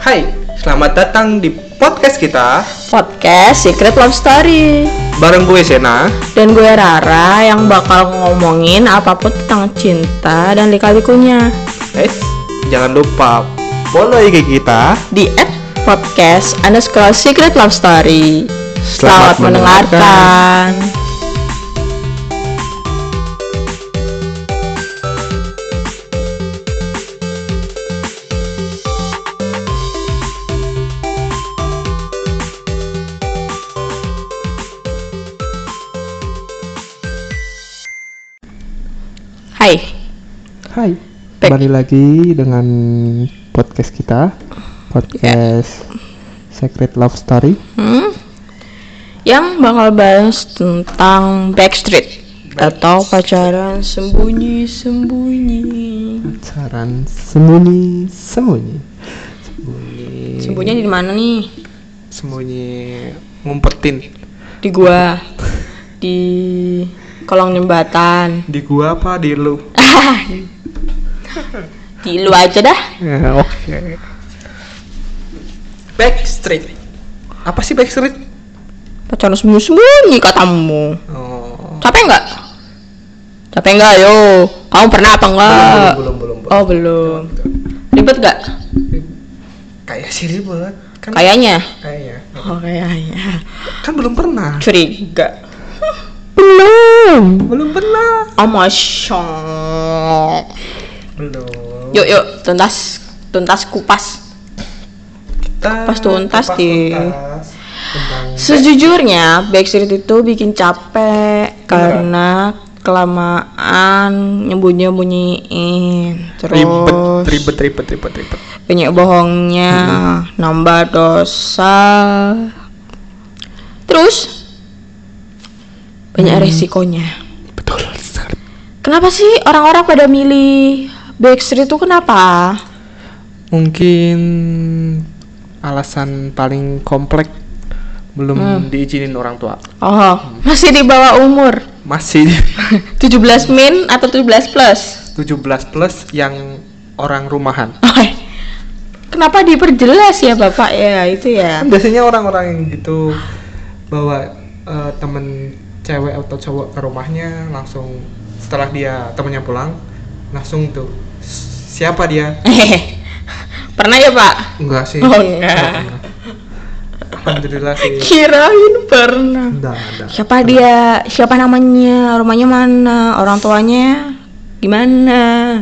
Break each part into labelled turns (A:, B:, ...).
A: Hai, selamat datang di podcast kita
B: podcast Secret Love Story
A: bareng gue Sena.
B: dan gue Rara yang bakal ngomongin apapun tentang cinta dan lika-likunya
A: Eh, jangan lupa follow IG kita.
B: di at podcast underscore Secret Love Story.
A: Selamat mendengarkan.
B: Hai,
A: Hai,
B: Back.
A: kembali lagi dengan podcast kita, podcast Secret Love Story.
B: hmm? yang bakal bahas tentang backstreet atau pacaran sembunyi-sembunyi.
A: Saran sembunyi, sembunyi, sembunyi,
B: Sembunyi di mana nih?
A: sembunyi, ngumpetin
B: Di gua, di kolong jembatan.
A: di gua apa di lu?
B: Di lu aja dah.
A: Ya, Oke. Backstreet. Apa sih Backstreet?
B: Pacaran sembunyi-sembunyi katamu.
A: Oh.
B: Capek nggak? Capek nggak yo? Kamu pernah apa enggak?
A: belum belum. belum.
B: Oh belum. Ribet nggak?
A: Kayak sih ribet. Kan
B: Kayaknya.
A: kayaknya.
B: Oh kayaknya.
A: Kan belum pernah.
B: Curiga.
A: Belum. Belum pernah.
B: Oh masyong.
A: Belum.
B: Yuk yuk tuntas tuntas kupas.
A: Kita
B: pas tuntas
A: kupas
B: di-
A: tuntas Tentang
B: Sejujurnya backstreet itu bikin capek
A: Iya,
B: karena
A: kan?
B: kelamaan nyembunyi-nyembunyiin
A: ribet,
B: terus
A: ribet, ribet, ribet, ribet.
B: banyak bohongnya nambah dosa terus banyak resikonya
A: Betul sekali.
B: kenapa sih orang-orang pada milih backstreet itu kenapa
A: Mungkin alasan paling kompleks belum diizinin orang tua.
B: oh masih di bawah umur
A: Masih
B: 17 min atau 17 plus
A: 17 plus yang orang rumahan.
B: Oke. kenapa diperjelas ya bapak ya itu ya
A: Kan biasanya orang-orang yang gitu bawa eh, temen cewek atau cowok ke rumahnya langsung setelah dia temennya pulang langsung tuh "S- siapa dia?
B: pernah ya pak
A: Enggak sih.
B: oh enggak
A: Alhamdulillah sih.
B: kirain pernah
A: Enggak ada.
B: Siapa dia? Siapa namanya? Rumahnya mana? Orang tuanya gimana?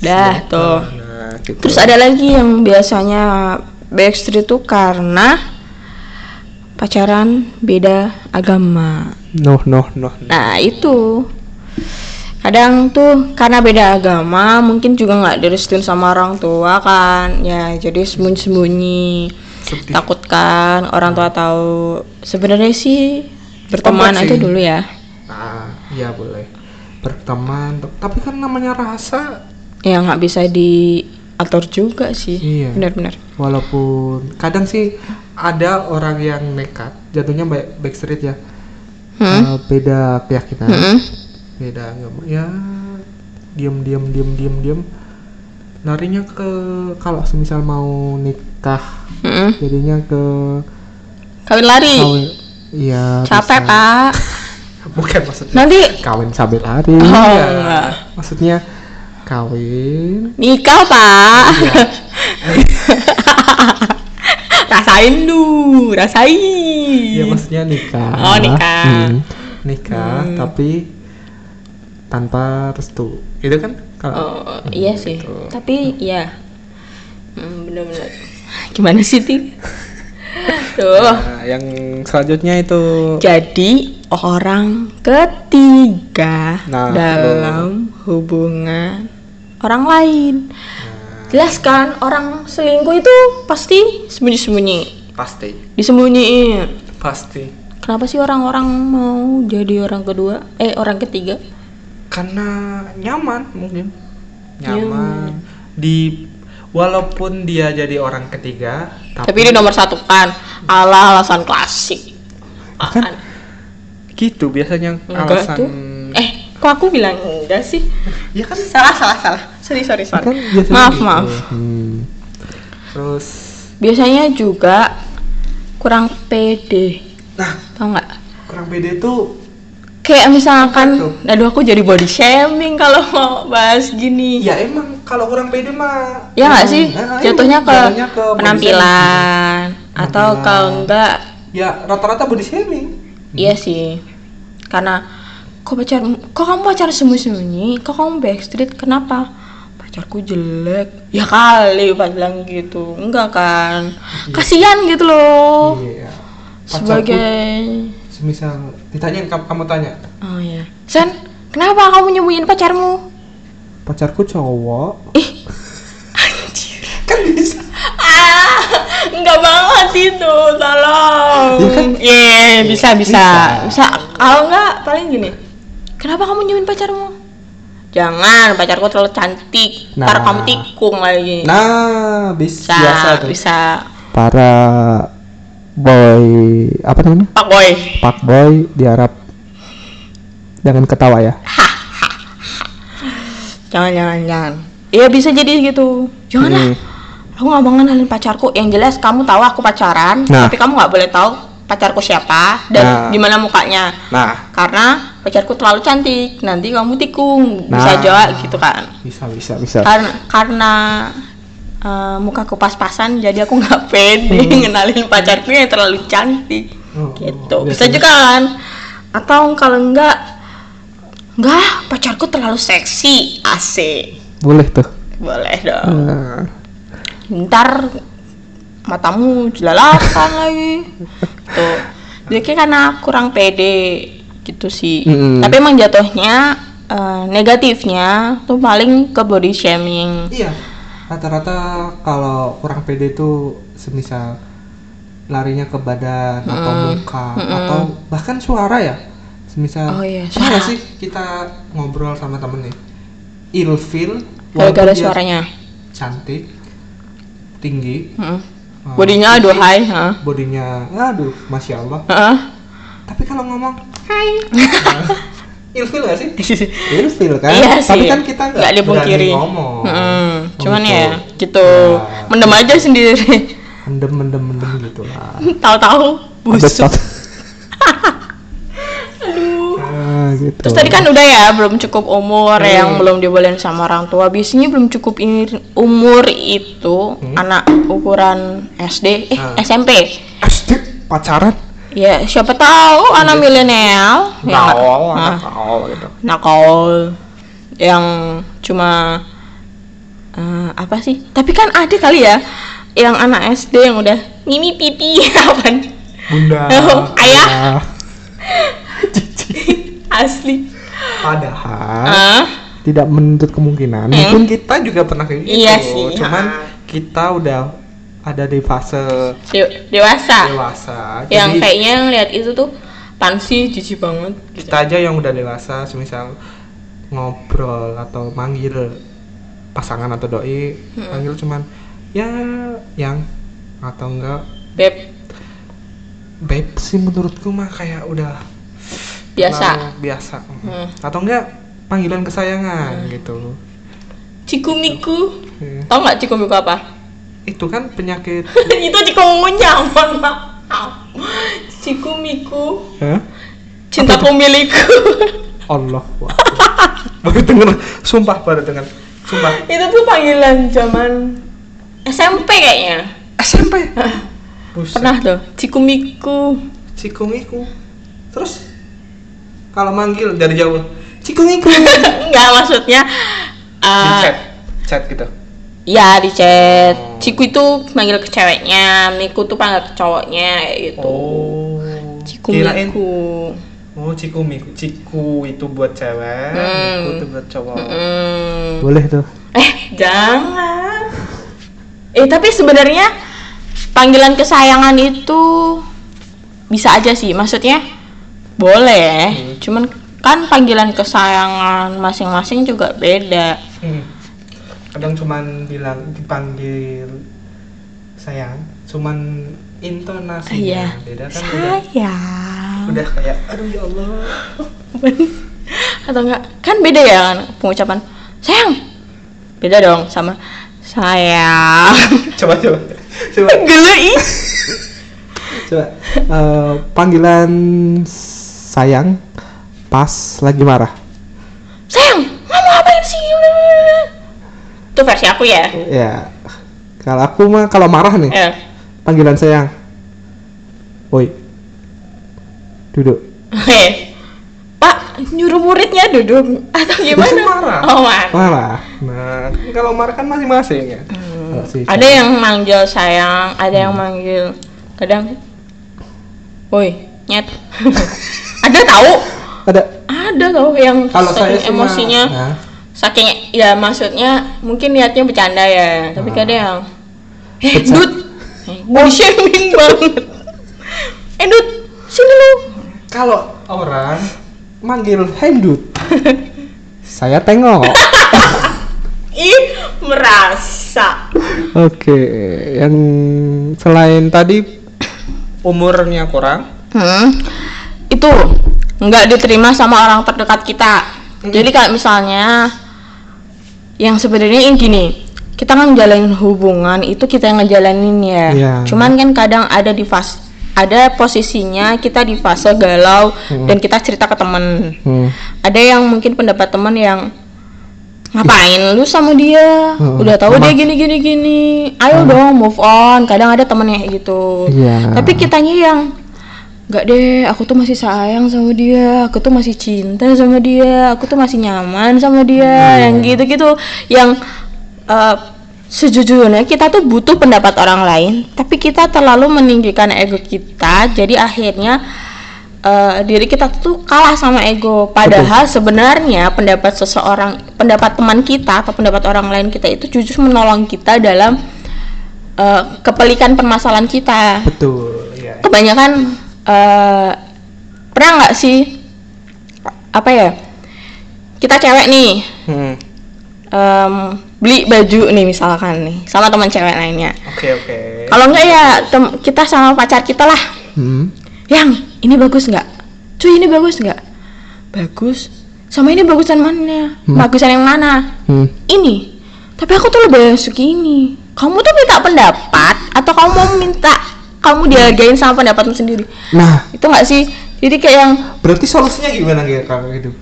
B: Dah tuh.
A: Nah, gitu.
B: Terus ada lagi yang biasanya backstreet tuh karena pacaran beda agama.
A: No, no, no.
B: Nah itu kadang tuh karena beda agama mungkin juga nggak direstuin sama orang tua kan ya jadi sembunyi-sembunyi
A: Sedih.
B: takut kan orang tua tahu sebenarnya sih berteman
A: Kompleks
B: aja
A: sih.
B: dulu ya
A: Ah, iya boleh. Berteman, tapi kan namanya rasa
B: ya nggak bisa diatur juga sih
A: Iya.
B: benar-benar
A: walaupun kadang sih ada orang yang nekat jatuhnya ba- backstreet ya Eh, beda keyakinan
B: Mm-mm.
A: beda agama ya diam diam diam diam diam larinya ke kalau semisal mau nikah
B: Mm-mm.
A: jadinya ke
B: kawin lari
A: kawin iya bisa.
B: capek pak
A: bukan maksudnya
B: nanti
A: kawin sambil lari
B: Oh,
A: Iya.
B: enggak.
A: maksudnya kawin
B: nikah pak
A: Iya.
B: rasain lu rasain
A: Iya maksudnya nikah.
B: Oh, nikah. Hmm.
A: Hmm. Nikah tapi tanpa restu. Itu kan kalau
B: Oh, iya sih tapi iya Hmm, benar-benar gimana sih Ti? tuh
A: Nah, yang selanjutnya itu
B: jadi orang ketiga
A: Nah,
B: dalam hubungan orang lain. Jelas kan orang selingkuh itu pasti sembunyi-sembunyi,
A: pasti
B: disembunyiin.
A: pasti
B: Kenapa sih orang-orang mau jadi orang kedua? Eh, orang ketiga?
A: karena nyaman mungkin nyaman di walaupun dia jadi orang ketiga tapi,
B: Tapi ini nomor satu kan, ala alasan klasik.
A: kan gitu biasanya
B: Enggak
A: alasan
B: tuh. Eh, kok aku bilang enggak sih?
A: ya kan
B: Salah, salah, salah. Sorry, sorry, sorry.
A: kan biasanya
B: Maaf,
A: gitu.
B: maaf.
A: Hmm. terus
B: biasanya juga kurang pede
A: nah
B: tau nggak
A: kurang pede itu
B: kayak misalkan
A: Apa
B: aduh aku jadi body shaming kalau mau bahas gini
A: ya emang kalau kurang pede mah
B: ya nggak
A: emang-
B: sih
A: nah, emang
B: jatuhnya ke,
A: jatuhnya ke body
B: penampilan atau
A: Penampilan.
B: kalau enggak
A: shaming. ya rata-rata body shaming
B: iya sih karena kok pacar kok kamu pacar sembunyi sembunyi kok kamu backstreet kenapa pacarku jelek ya kali pas bilang gitu enggak kan kasihan gitu loh
A: iya Pacarku-
B: sebagai
A: semisal ditanya kamu, kamu tanya
B: oh ya sen kenapa kamu nyembunyiin pacarmu
A: pacarku cowok
B: ih
A: kan bisa
B: ah enggak banget itu tolong
A: Iya kan?
B: iya bisa bisa
A: Bisa.
B: bisa kalau enggak paling gini kenapa kamu nyembunyiin pacarmu jangan pacarku terlalu cantik ntar
A: Nah.
B: kamu tikung lagi
A: nah bis-
B: bisa
A: biasa tuh
B: bisa
A: para boy apa namanya
B: pak boy
A: pak boy di Arab jangan ketawa ya
B: jangan jangan jangan iya bisa jadi gitu jangan lah
A: Hmm.
B: aku nggak mau ngenalin pacarku yang jelas kamu tahu aku pacaran
A: Nah.
B: tapi kamu nggak boleh tahu pacarku siapa
A: Nah.
B: dan gimana mukanya
A: nah
B: karena pacarku terlalu cantik nanti kamu tikung bisa
A: Nah.
B: jawab gitu kan
A: bisa bisa bisa
B: karena karena eh, mukaku pas-pasan jadi aku nggak pede ngenalin pacarku yang terlalu cantik
A: Hmm. Oh,
B: gitu
A: biasanya-
B: bisa juga kan atau kalau enggak enggak pacarku terlalu seksi AC
A: boleh tuh
B: boleh dong
A: Nah,
B: ntar matamu jelalakan lagi tuh jadi kayak karena kurang pede gitu sih
A: Mm-mm.
B: tapi emang jatuhnya eh, negatifnya tuh paling ke body shaming
A: iya rata-rata kalau kurang pede itu semisal larinya ke badan atau muka atau bahkan suara ya semisal
B: Oh iya,
A: suara
B: suara.
A: sih kita ngobrol sama temen nih ilfil walaupun
B: gara-gara
A: dia
B: suaranya
A: cantik tinggi
B: Mm-mm.
A: eh,
B: bodinya aduh hai ha.
A: bodinya aduh masya allah
B: Heeh.
A: tapi kalau ngomong hai ilfil gak sih ilfil kan
B: Iya
A: tapi
B: sih.
A: kan kita nggak
B: Nggak
A: berani
B: dipungkiri.
A: ngomong
B: Mm-mm. cuman
A: Gitu.
B: ya gitu
A: Nah.
B: mendem aja sendiri
A: mendem mendem mendem gitu lah
B: tahu-tahu busuk
A: aduh gitu
B: Terus tadi kan udah ya, belum cukup umur
A: Hmm.
B: yang belum dibolehin sama orang tua. Biasanya belum cukup i- umur itu anak ukuran SD, eh
A: Hmm. Ah.
B: SMP.
A: Asli, pacaran
B: Ya, siapa tahu anak milenial yang
A: Gaul, Iya. anak gaul gitu
B: nakal yang cuma eh, apa sih? Tapi kan ada kali ya yang anak SD yang udah mimi pipi apa nih?
A: bunda
B: Oh, ayah.
A: ayah.
B: asli.
A: padahal
B: Ah,
A: tidak menuntut kemungkinan
B: Hmm.
A: mungkin kita juga pernah kayak gitu
B: Iya sih,
A: cuman
B: ha.
A: kita udah ada di fase
B: de- dewasa.
A: dewasa
B: yang
A: jadi
B: kayaknya ngeliat itu tuh pansi jijik banget gitu.
A: kita aja yang udah dewasa semisal ngobrol atau manggil pasangan atau doi
B: Hmm.
A: manggil cuman ya yang atau enggak
B: beb
A: babe sih menurutku mah kayak udah
B: biasa
A: terlalu biasa
B: Hmm.
A: atau enggak panggilan kesayangan gitu
B: cikumiku
A: Iya.
B: tau nggak cikumiku apa
A: itu kan penyakit
B: itu cikumiku nyaman pak cikumiku
A: Hah?
B: cinta pemilikku
A: Allah wah. baru denger sumpah baru denger sumpah
B: itu tuh panggilan zaman SMP kayaknya
A: SMP Buset.
B: pernah tuh cikumiku
A: cikungiku terus kalau manggil dari jauh cikungiku
B: nggak maksudnya
A: di
B: eh,
A: chat chat gitu
B: Ya di chat.
A: Oh.
B: Ciku itu manggil ke ceweknya, Miku tuh panggil ke cowoknya kayak gitu.
A: oh
B: Ciku
A: kirain
B: Miku.
A: oh cikumiku ciku itu buat cewek miku itu buat cowok
B: Hmm.
A: boleh tuh
B: Eh, jangan. Eh, tapi sebenarnya panggilan kesayangan itu bisa aja sih. Maksudnya
A: Hmm.
B: boleh. Cuman kan panggilan kesayangan masing-masing juga beda.
A: Hmm. kadang cuman bilang dipanggil sayang cuman intonasinya
B: Iya.
A: beda kan udah
B: Sayang.
A: udah kayak aduh ya Allah
B: atau enggak kan beda ya kan pengucapan sayang beda dong sama Saya
A: coba coba coba
B: geli ih.
A: coba Eh, panggilan sayang pas lagi marah
B: Sayang, kamu ngapain sih? Itu versi aku ya.
A: ya kalau aku mah kalau marah nih
B: Eh,
A: panggilan sayang woi duduk
B: eh. Pak, nyuruh muridnya duduk atau gimana?
A: Itu marah.
B: Oh, marah.
A: marah nah kalau marah kan masing-masing ya Kalau si-
B: Hmm. Ada yang manggil sayang, ada
A: Hmm.
B: yang manggil kadang woi, nyet. ada tahu?
A: ada
B: Ada tahu yang
A: kalau saya
B: saking
A: sih mah-
B: emosinya
A: nah,
B: saking ya maksudnya mungkin niatnya bercanda ya, tapi
A: Ah.
B: kadang yang eh
A: Bercanda.
B: dud, body shaming banget. eh dud, sini lu.
A: kalau orang manggil hendut saya tengok
B: Ih, merasa.
A: Oke, yang selain tadi umurnya kurang,
B: Hmm, itu nggak diterima sama orang terdekat kita.
A: Hmm.
B: Jadi kalau misalnya yang sebenarnya ini gini, kita kan ngejalanin hubungan itu kita yang ngejalanin ya.
A: Iya.
B: Cuman kan kadang ada di fase ada posisinya kita di fase galau dan kita cerita ke temen.
A: hmm.
B: Ada yang mungkin pendapat temen yang ngapain lu sama dia?
A: Hmm,
B: Udah tahu
A: lemah.
B: dia gini gini gini. Ayo dong move on. Kadang ada temennya kayak gitu
A: iya.
B: tapi kitanya yang nggak deh aku tuh masih sayang sama dia aku tuh masih cinta sama dia aku tuh masih nyaman sama dia yang gitu-gitu yang eh, sejujurnya kita tuh butuh pendapat orang lain tapi kita terlalu meninggikan ego kita jadi akhirnya eh, diri kita tuh kalah sama ego padahal sebenarnya pendapat seseorang pendapat teman kita atau pendapat orang lain kita itu justru menolong kita dalam eh, kepelikan permasalahan kita
A: betul,
B: iya.
A: ya.
B: kebanyakan eh, pernah nggak sih apa ya kita cewek nih
A: Hmm.
B: em, beli baju nih misalkan nih sama teman cewek lainnya
A: Oke oke.
B: kalau nggak ya tem- kita sama pacar kita lah
A: Hmm.
B: yang ini bagus nggak cuy ini bagus nggak bagus sama ini bagusan mana
A: Hmm.
B: bagusan yang mana
A: Hmm.
B: ini tapi aku tuh lebih suka ini kamu tuh minta pendapat atau kamu mau minta kamu dihargain sama pendapatmu sendiri
A: Nah,
B: itu nggak sih jadi kayak yang
A: berarti solusinya gimana gitu kalau gitu?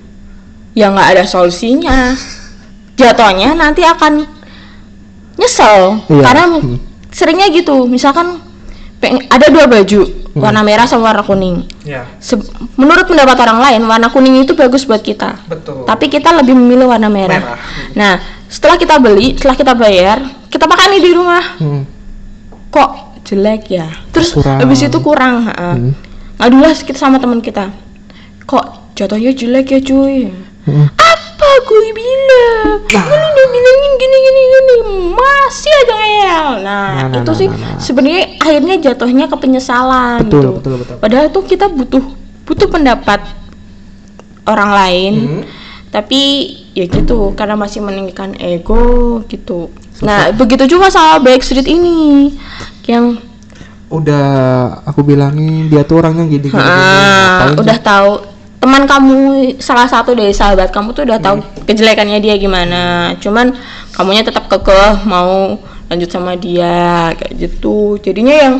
B: ya nggak ada solusinya jatuhnya nanti akan nyesel
A: Iya.
B: karena
A: Hmm.
B: seringnya gitu misalkan peng- ada dua baju
A: Hmm.
B: warna merah sama warna kuning
A: Ya,
B: Se- menurut pendapat orang lain warna kuning itu bagus buat kita
A: betul.
B: tapi kita lebih memilih warna merah,
A: Merah.
B: nah setelah kita beli setelah kita bayar kita pakai nih di rumah
A: Hmm.
B: kok jelek ya terus
A: Kurang.
B: habis itu kurang ha.
A: Hmm.
B: Aduh lah kita sama teman kita. Kok jatuhnya jelek ya cuy?
A: Hmm.
B: Apa gue bilang?
A: Nah.
B: Lu udah bilangin gini gini gini masih aja ngeyel. Nah,
A: Nah, nah,
B: itu
A: nah,
B: sih
A: nah, nah.
B: sebenarnya akhirnya jatuhnya ke penyesalan
A: Betul,
B: gitu.
A: betul, betul.
B: Padahal tuh kita butuh butuh pendapat orang lain.
A: Hmm.
B: Tapi ya gitu karena masih meninggikan ego gitu. Nah, begitu juga sama Backstreet ini yang
A: Udah aku bilangin dia tuh orangnya gini gini.
B: Ah, udah tahu teman kamu salah satu dari sahabat kamu tuh udah tahu kejelekannya dia gimana. Cuman kamunya tetap kekeh mau lanjut sama dia kayak gitu. Jadinya yang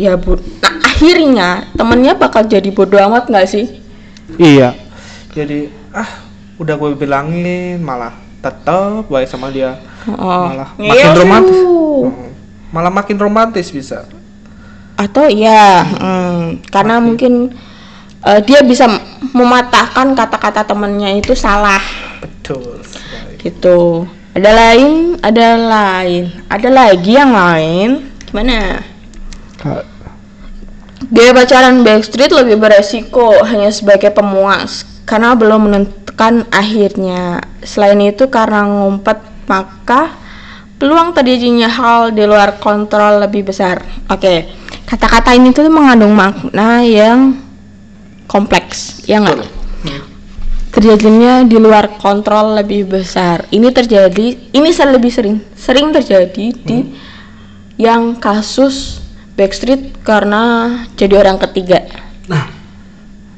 B: ya bu, nah, akhirnya temennya bakal jadi bodoh amat nggak sih?
A: Iya. Jadi ah udah gue bilangin malah tetap baik sama dia.
B: Oh,
A: Malah
B: ngeyel
A: makin
B: sih
A: romantis.
B: lu.
A: Hmm. Malah makin romantis bisa.
B: Atau ya, karena mungkin eh, dia bisa mematahkan kata-kata temennya itu salah.
A: Betul. sekali.
B: gitu ada lain ada lain ada lagi yang lain gimana
A: Ka-
B: gaya pacaran backstreet lebih beresiko hanya sebagai pemuas karena belum menentukan akhirnya selain itu karena ngumpet maka peluang terjadinya hal di luar kontrol lebih besar oke kata-kata ini tuh mengandung makna yang kompleks ya nggak terjadinya di luar kontrol lebih besar. Ini terjadi, ini ser- lebih sering, sering terjadi di yang kasus backstreet karena jadi orang ketiga.
A: Nah,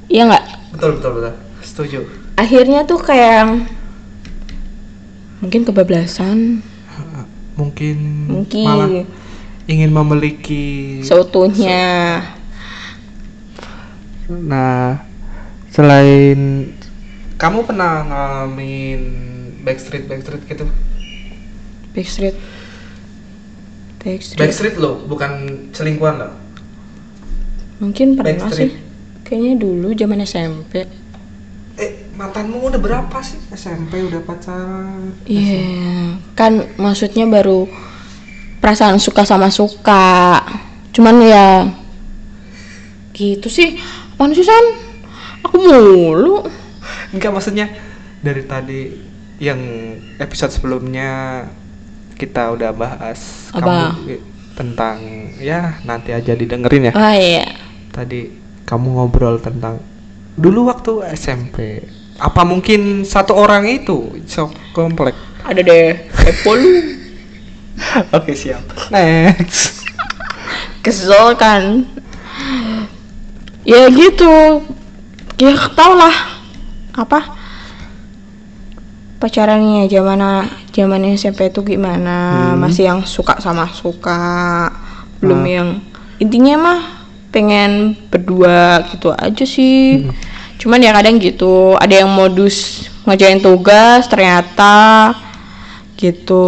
B: Iya nggak?
A: betul betul betul. Setuju.
B: Akhirnya tuh kayak mungkin kebablasan
A: mungkin,
B: Mungkin.
A: malah ingin memiliki
B: seutuhnya
A: Nah, selain kamu pernah ngalamin backstreet backstreet gitu?
B: Backstreet Backstreet,
A: Backstreet loh, bukan selingkuhan loh.
B: mungkin pernah
A: Backstreet.
B: sih kayaknya dulu zaman SMP
A: Eh, mantanmu udah berapa sih? SMP udah pacaran.
B: iya kan maksudnya baru perasaan suka sama suka cuman ya gitu sih apaan sih San? aku mulu
A: Enggak maksudnya dari tadi yang episode sebelumnya kita udah bahas
B: Apa?
A: kamu eh, tentang ya nanti aja didengerin ya.
B: ah iya
A: Tadi kamu ngobrol tentang dulu waktu SMP. Apa mungkin satu orang itu so komplek?
B: ada deh Apple
A: Oke siap. Next.
B: kesel kan ya gitu ya tau lah apa pacarannya zaman zaman SMP itu gimana masih yang suka sama suka belum
A: Hmm.
B: yang intinya mah pengen berdua gitu aja sih cuman ya kadang gitu ada yang modus ngerjain tugas ternyata gitu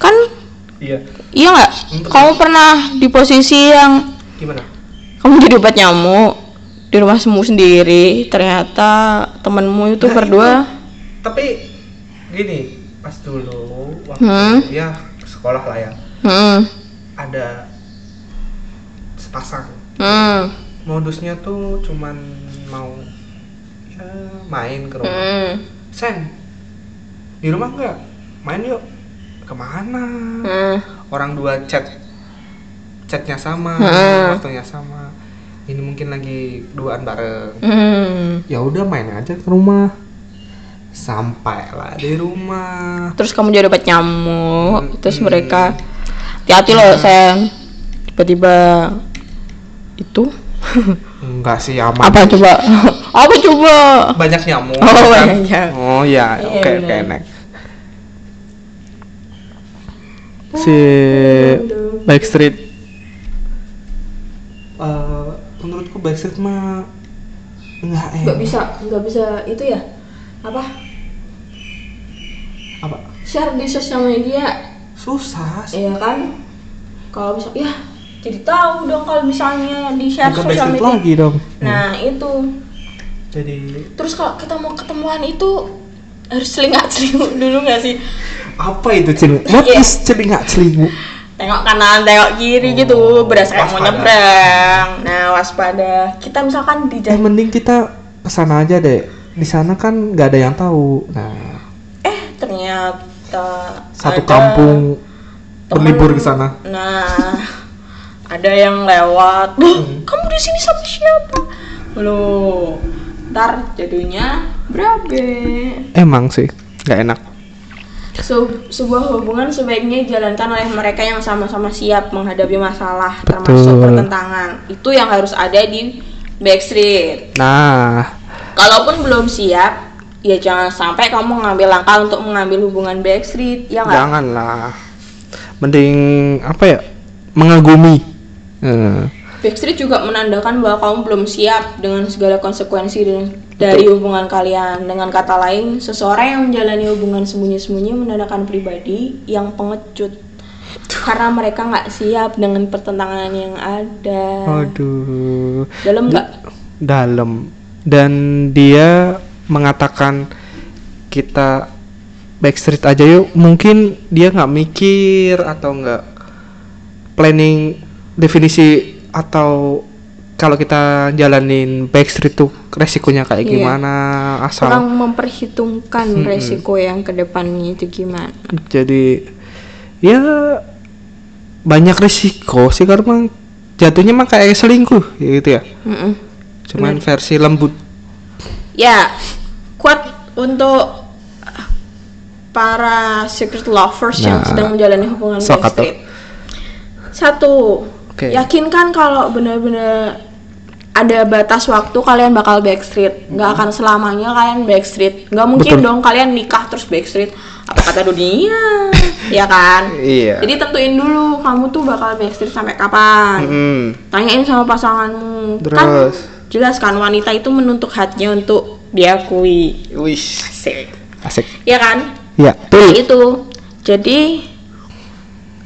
B: kan
A: Iya.
B: iya nggak kamu pernah di posisi yang
A: Gimana?
B: kamu jadi obat nyamuk di rumah semu sendiri ternyata temenmu itu
A: Nah,
B: berdua
A: Tapi gini, pas dulu waktu
B: Hmm.
A: ya sekolah lah ya,
B: hmm
A: ada sepasang.
B: hmm
A: Modusnya tuh cuman mau ya, main ke rumah.
B: hmm
A: Sen, di rumah nggak? Main yuk. Kemana?
B: hmm
A: Orang dua chat, chatnya sama,
B: Hmm.
A: waktunya sama. Ini mungkin lagi duaan bareng.
B: hmm.
A: ya udah main aja ke rumah sampailah di rumah
B: terus kamu jadi obat
A: Hmm.
B: nyamuk terus mereka hati-hati loh sen tiba-tiba itu
A: enggak sih aman
B: apa coba apa coba
A: banyak nyamuk
B: Oh,
A: kan?
B: banyak nyamuk.
A: oh ya
B: Iya,
A: oke oke
B: benar.
A: next si Backstreet Eh, menurutku Backstreet mah enggak enak
B: bisa nggak bisa itu ya apa
A: apa
B: share di sosial media
A: susah sih.
B: ya kan kalau bisa ya jadi tahu dong kalau misalnya di share
A: bukan
B: Iya, sosial
A: Backstreet
B: media
A: lagi dong Hmm.
B: Nah itu
A: jadi
B: terus kalau kita mau ketemuan itu harus selingat selinguk dulu nggak sih?
A: apa itu celing what
B: Iya.
A: is celingak celingu
B: Tengok kanan, tengok kiri gitu,
A: Oh,
B: berasa kayak mau
A: waspada.
B: nyebrang. Nah waspada. Kita misalkan
A: Eh
B: di jalan,
A: mending kita kesana aja deh. Di sana kan nggak ada yang tahu. Nah,
B: eh ternyata
A: satu
B: ada
A: kampung
B: temen.
A: berlibur ke sana.
B: Nah ada yang lewat. Loh,
A: Hmm.
B: kamu di sini sama siapa? Loh, ntar jadinya berabe.
A: Emang sih nggak enak.
B: Se- sebuah hubungan sebaiknya dijalankan oleh mereka yang sama-sama siap menghadapi masalah
A: Betul.
B: termasuk pertentangan itu yang harus ada di backstreet
A: Nah,
B: kalaupun belum siap ya jangan sampai kamu mengambil langkah untuk mengambil hubungan backstreet ya nggak
A: janganlah. Mending apa ya? Mengagumi. Eh,
B: backstreet juga menandakan bahwa kamu belum siap dengan segala konsekuensi dan- dari hubungan kalian dengan kata lain seseorang yang menjalani hubungan sembunyi-sembunyi menandakan pribadi yang pengecut karena mereka nggak siap dengan pertentangan yang ada
A: Oh, Aduh,
B: dalam nggak
A: dalam. Dan dia mengatakan kita backstreet aja yuk. Mungkin dia nggak mikir atau nggak planning definisi atau kalau kita jalanin backstreet tuh resikonya kayak
B: Iya.
A: gimana asal
B: kurang memperhitungkan resiko yang kedepannya itu gimana
A: jadi ya banyak resiko sih karena jatuhnya mah kayak selingkuh ya gitu ya
B: Mm-mm.
A: cuman versi lembut
B: ya kuat untuk para secret lovers yang
A: Nah,
B: sedang menjalani hubungan
A: sok
B: backstreet. Satu,
A: Oke.
B: yakinkan kalau benar-benar ada batas waktu kalian bakal backstreet nggak akan selamanya kalian backstreet nggak mungkin
A: Mm-hmm. Betul.
B: dong kalian nikah terus backstreet apa kata dunia ya kan
A: Iya.
B: jadi tentuin dulu kamu tuh bakal backstreet sampai kapan
A: Mm-mm.
B: tanyain sama pasanganmu kan
A: Terus.
B: jelas kan wanita itu menuntut haknya untuk diakui
A: Wih,
B: Asik.
A: asik.
B: ya kan
A: Ya,
B: Nah,
A: betul.
B: itu jadi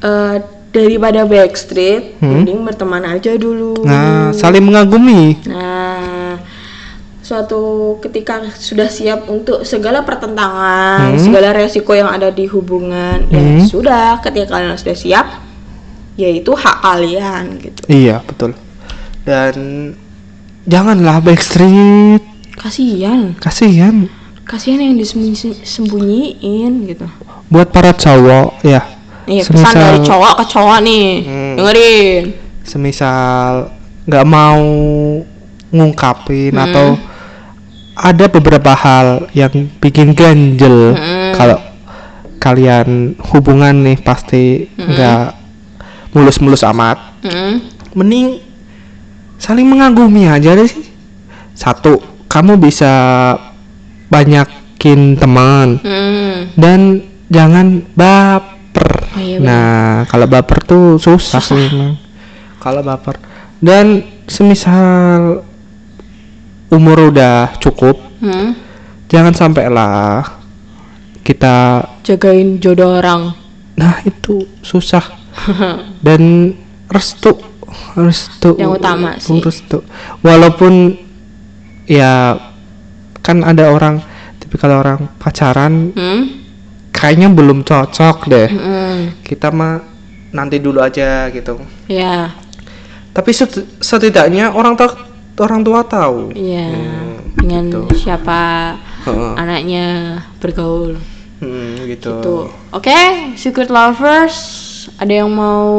B: eh, daripada backstreet
A: Hmm.
B: mending berteman aja dulu
A: Nah, saling mengagumi.
B: Nah, suatu ketika sudah siap untuk segala pertentangan,
A: Hmm.
B: segala resiko yang ada di hubungan, ya
A: Hmm.
B: sudah, ketika kalian sudah siap, yaitu hak kalian gitu.
A: Iya, betul. Dan janganlah backstreet.
B: Kasihan,
A: Kasihan
B: kasihan yang disembunyiin gitu.
A: buat para cowok ya.
B: Iya, pesan dari cowok ke cowok nih.
A: Hmm.
B: Dengerin.
A: semisal nggak mau ngungkapin
B: Hmm.
A: atau ada beberapa hal yang bikin ganjel
B: Hmm.
A: kalau kalian hubungan nih pasti
B: Hmm.
A: nggak mulus-mulus amat
B: Mm.
A: mending saling mengagumi aja deh sih satu kamu bisa banyakin teman
B: Mm.
A: dan jangan baper.
B: Oh iya,
A: nah, kalau baper tuh susah, sih emang. Kalau baper dan semisal umur udah cukup,
B: Hmm.
A: jangan sampailah kita
B: Jagain jodoh orang. Hmm,
A: nah itu susah dan restu restu
B: Yang utama sih.
A: restu walaupun ya kan ada orang tipikal orang pacaran
B: Hmm.
A: kayaknya belum cocok deh
B: Mm.
A: kita mah nanti dulu aja gitu
B: Ya,
A: tapi set- setidaknya orang tua orang tua tahu
B: ya.
A: Hmm,
B: Dengan
A: gitu.
B: siapa
A: Heeh.
B: anaknya bergaul
A: Hmm, gitu
B: tuh oke secret lovers ada yang mau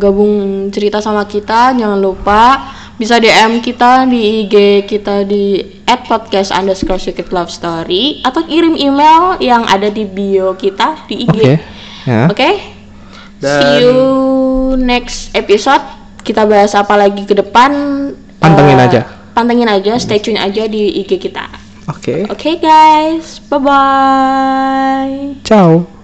B: gabung cerita sama kita jangan lupa bisa DM kita di IG kita di @podcast underscore secret love story atau kirim email yang ada di bio kita di IG
A: oke
B: oke
A: ya Dan-
B: see you next episode kita bahas apa lagi ke depan
A: Pantengin
B: Eh,
A: aja.
B: pantengin aja stay tune aja di IG kita
A: oke
B: Okay, guys. Bye bye.
A: ciao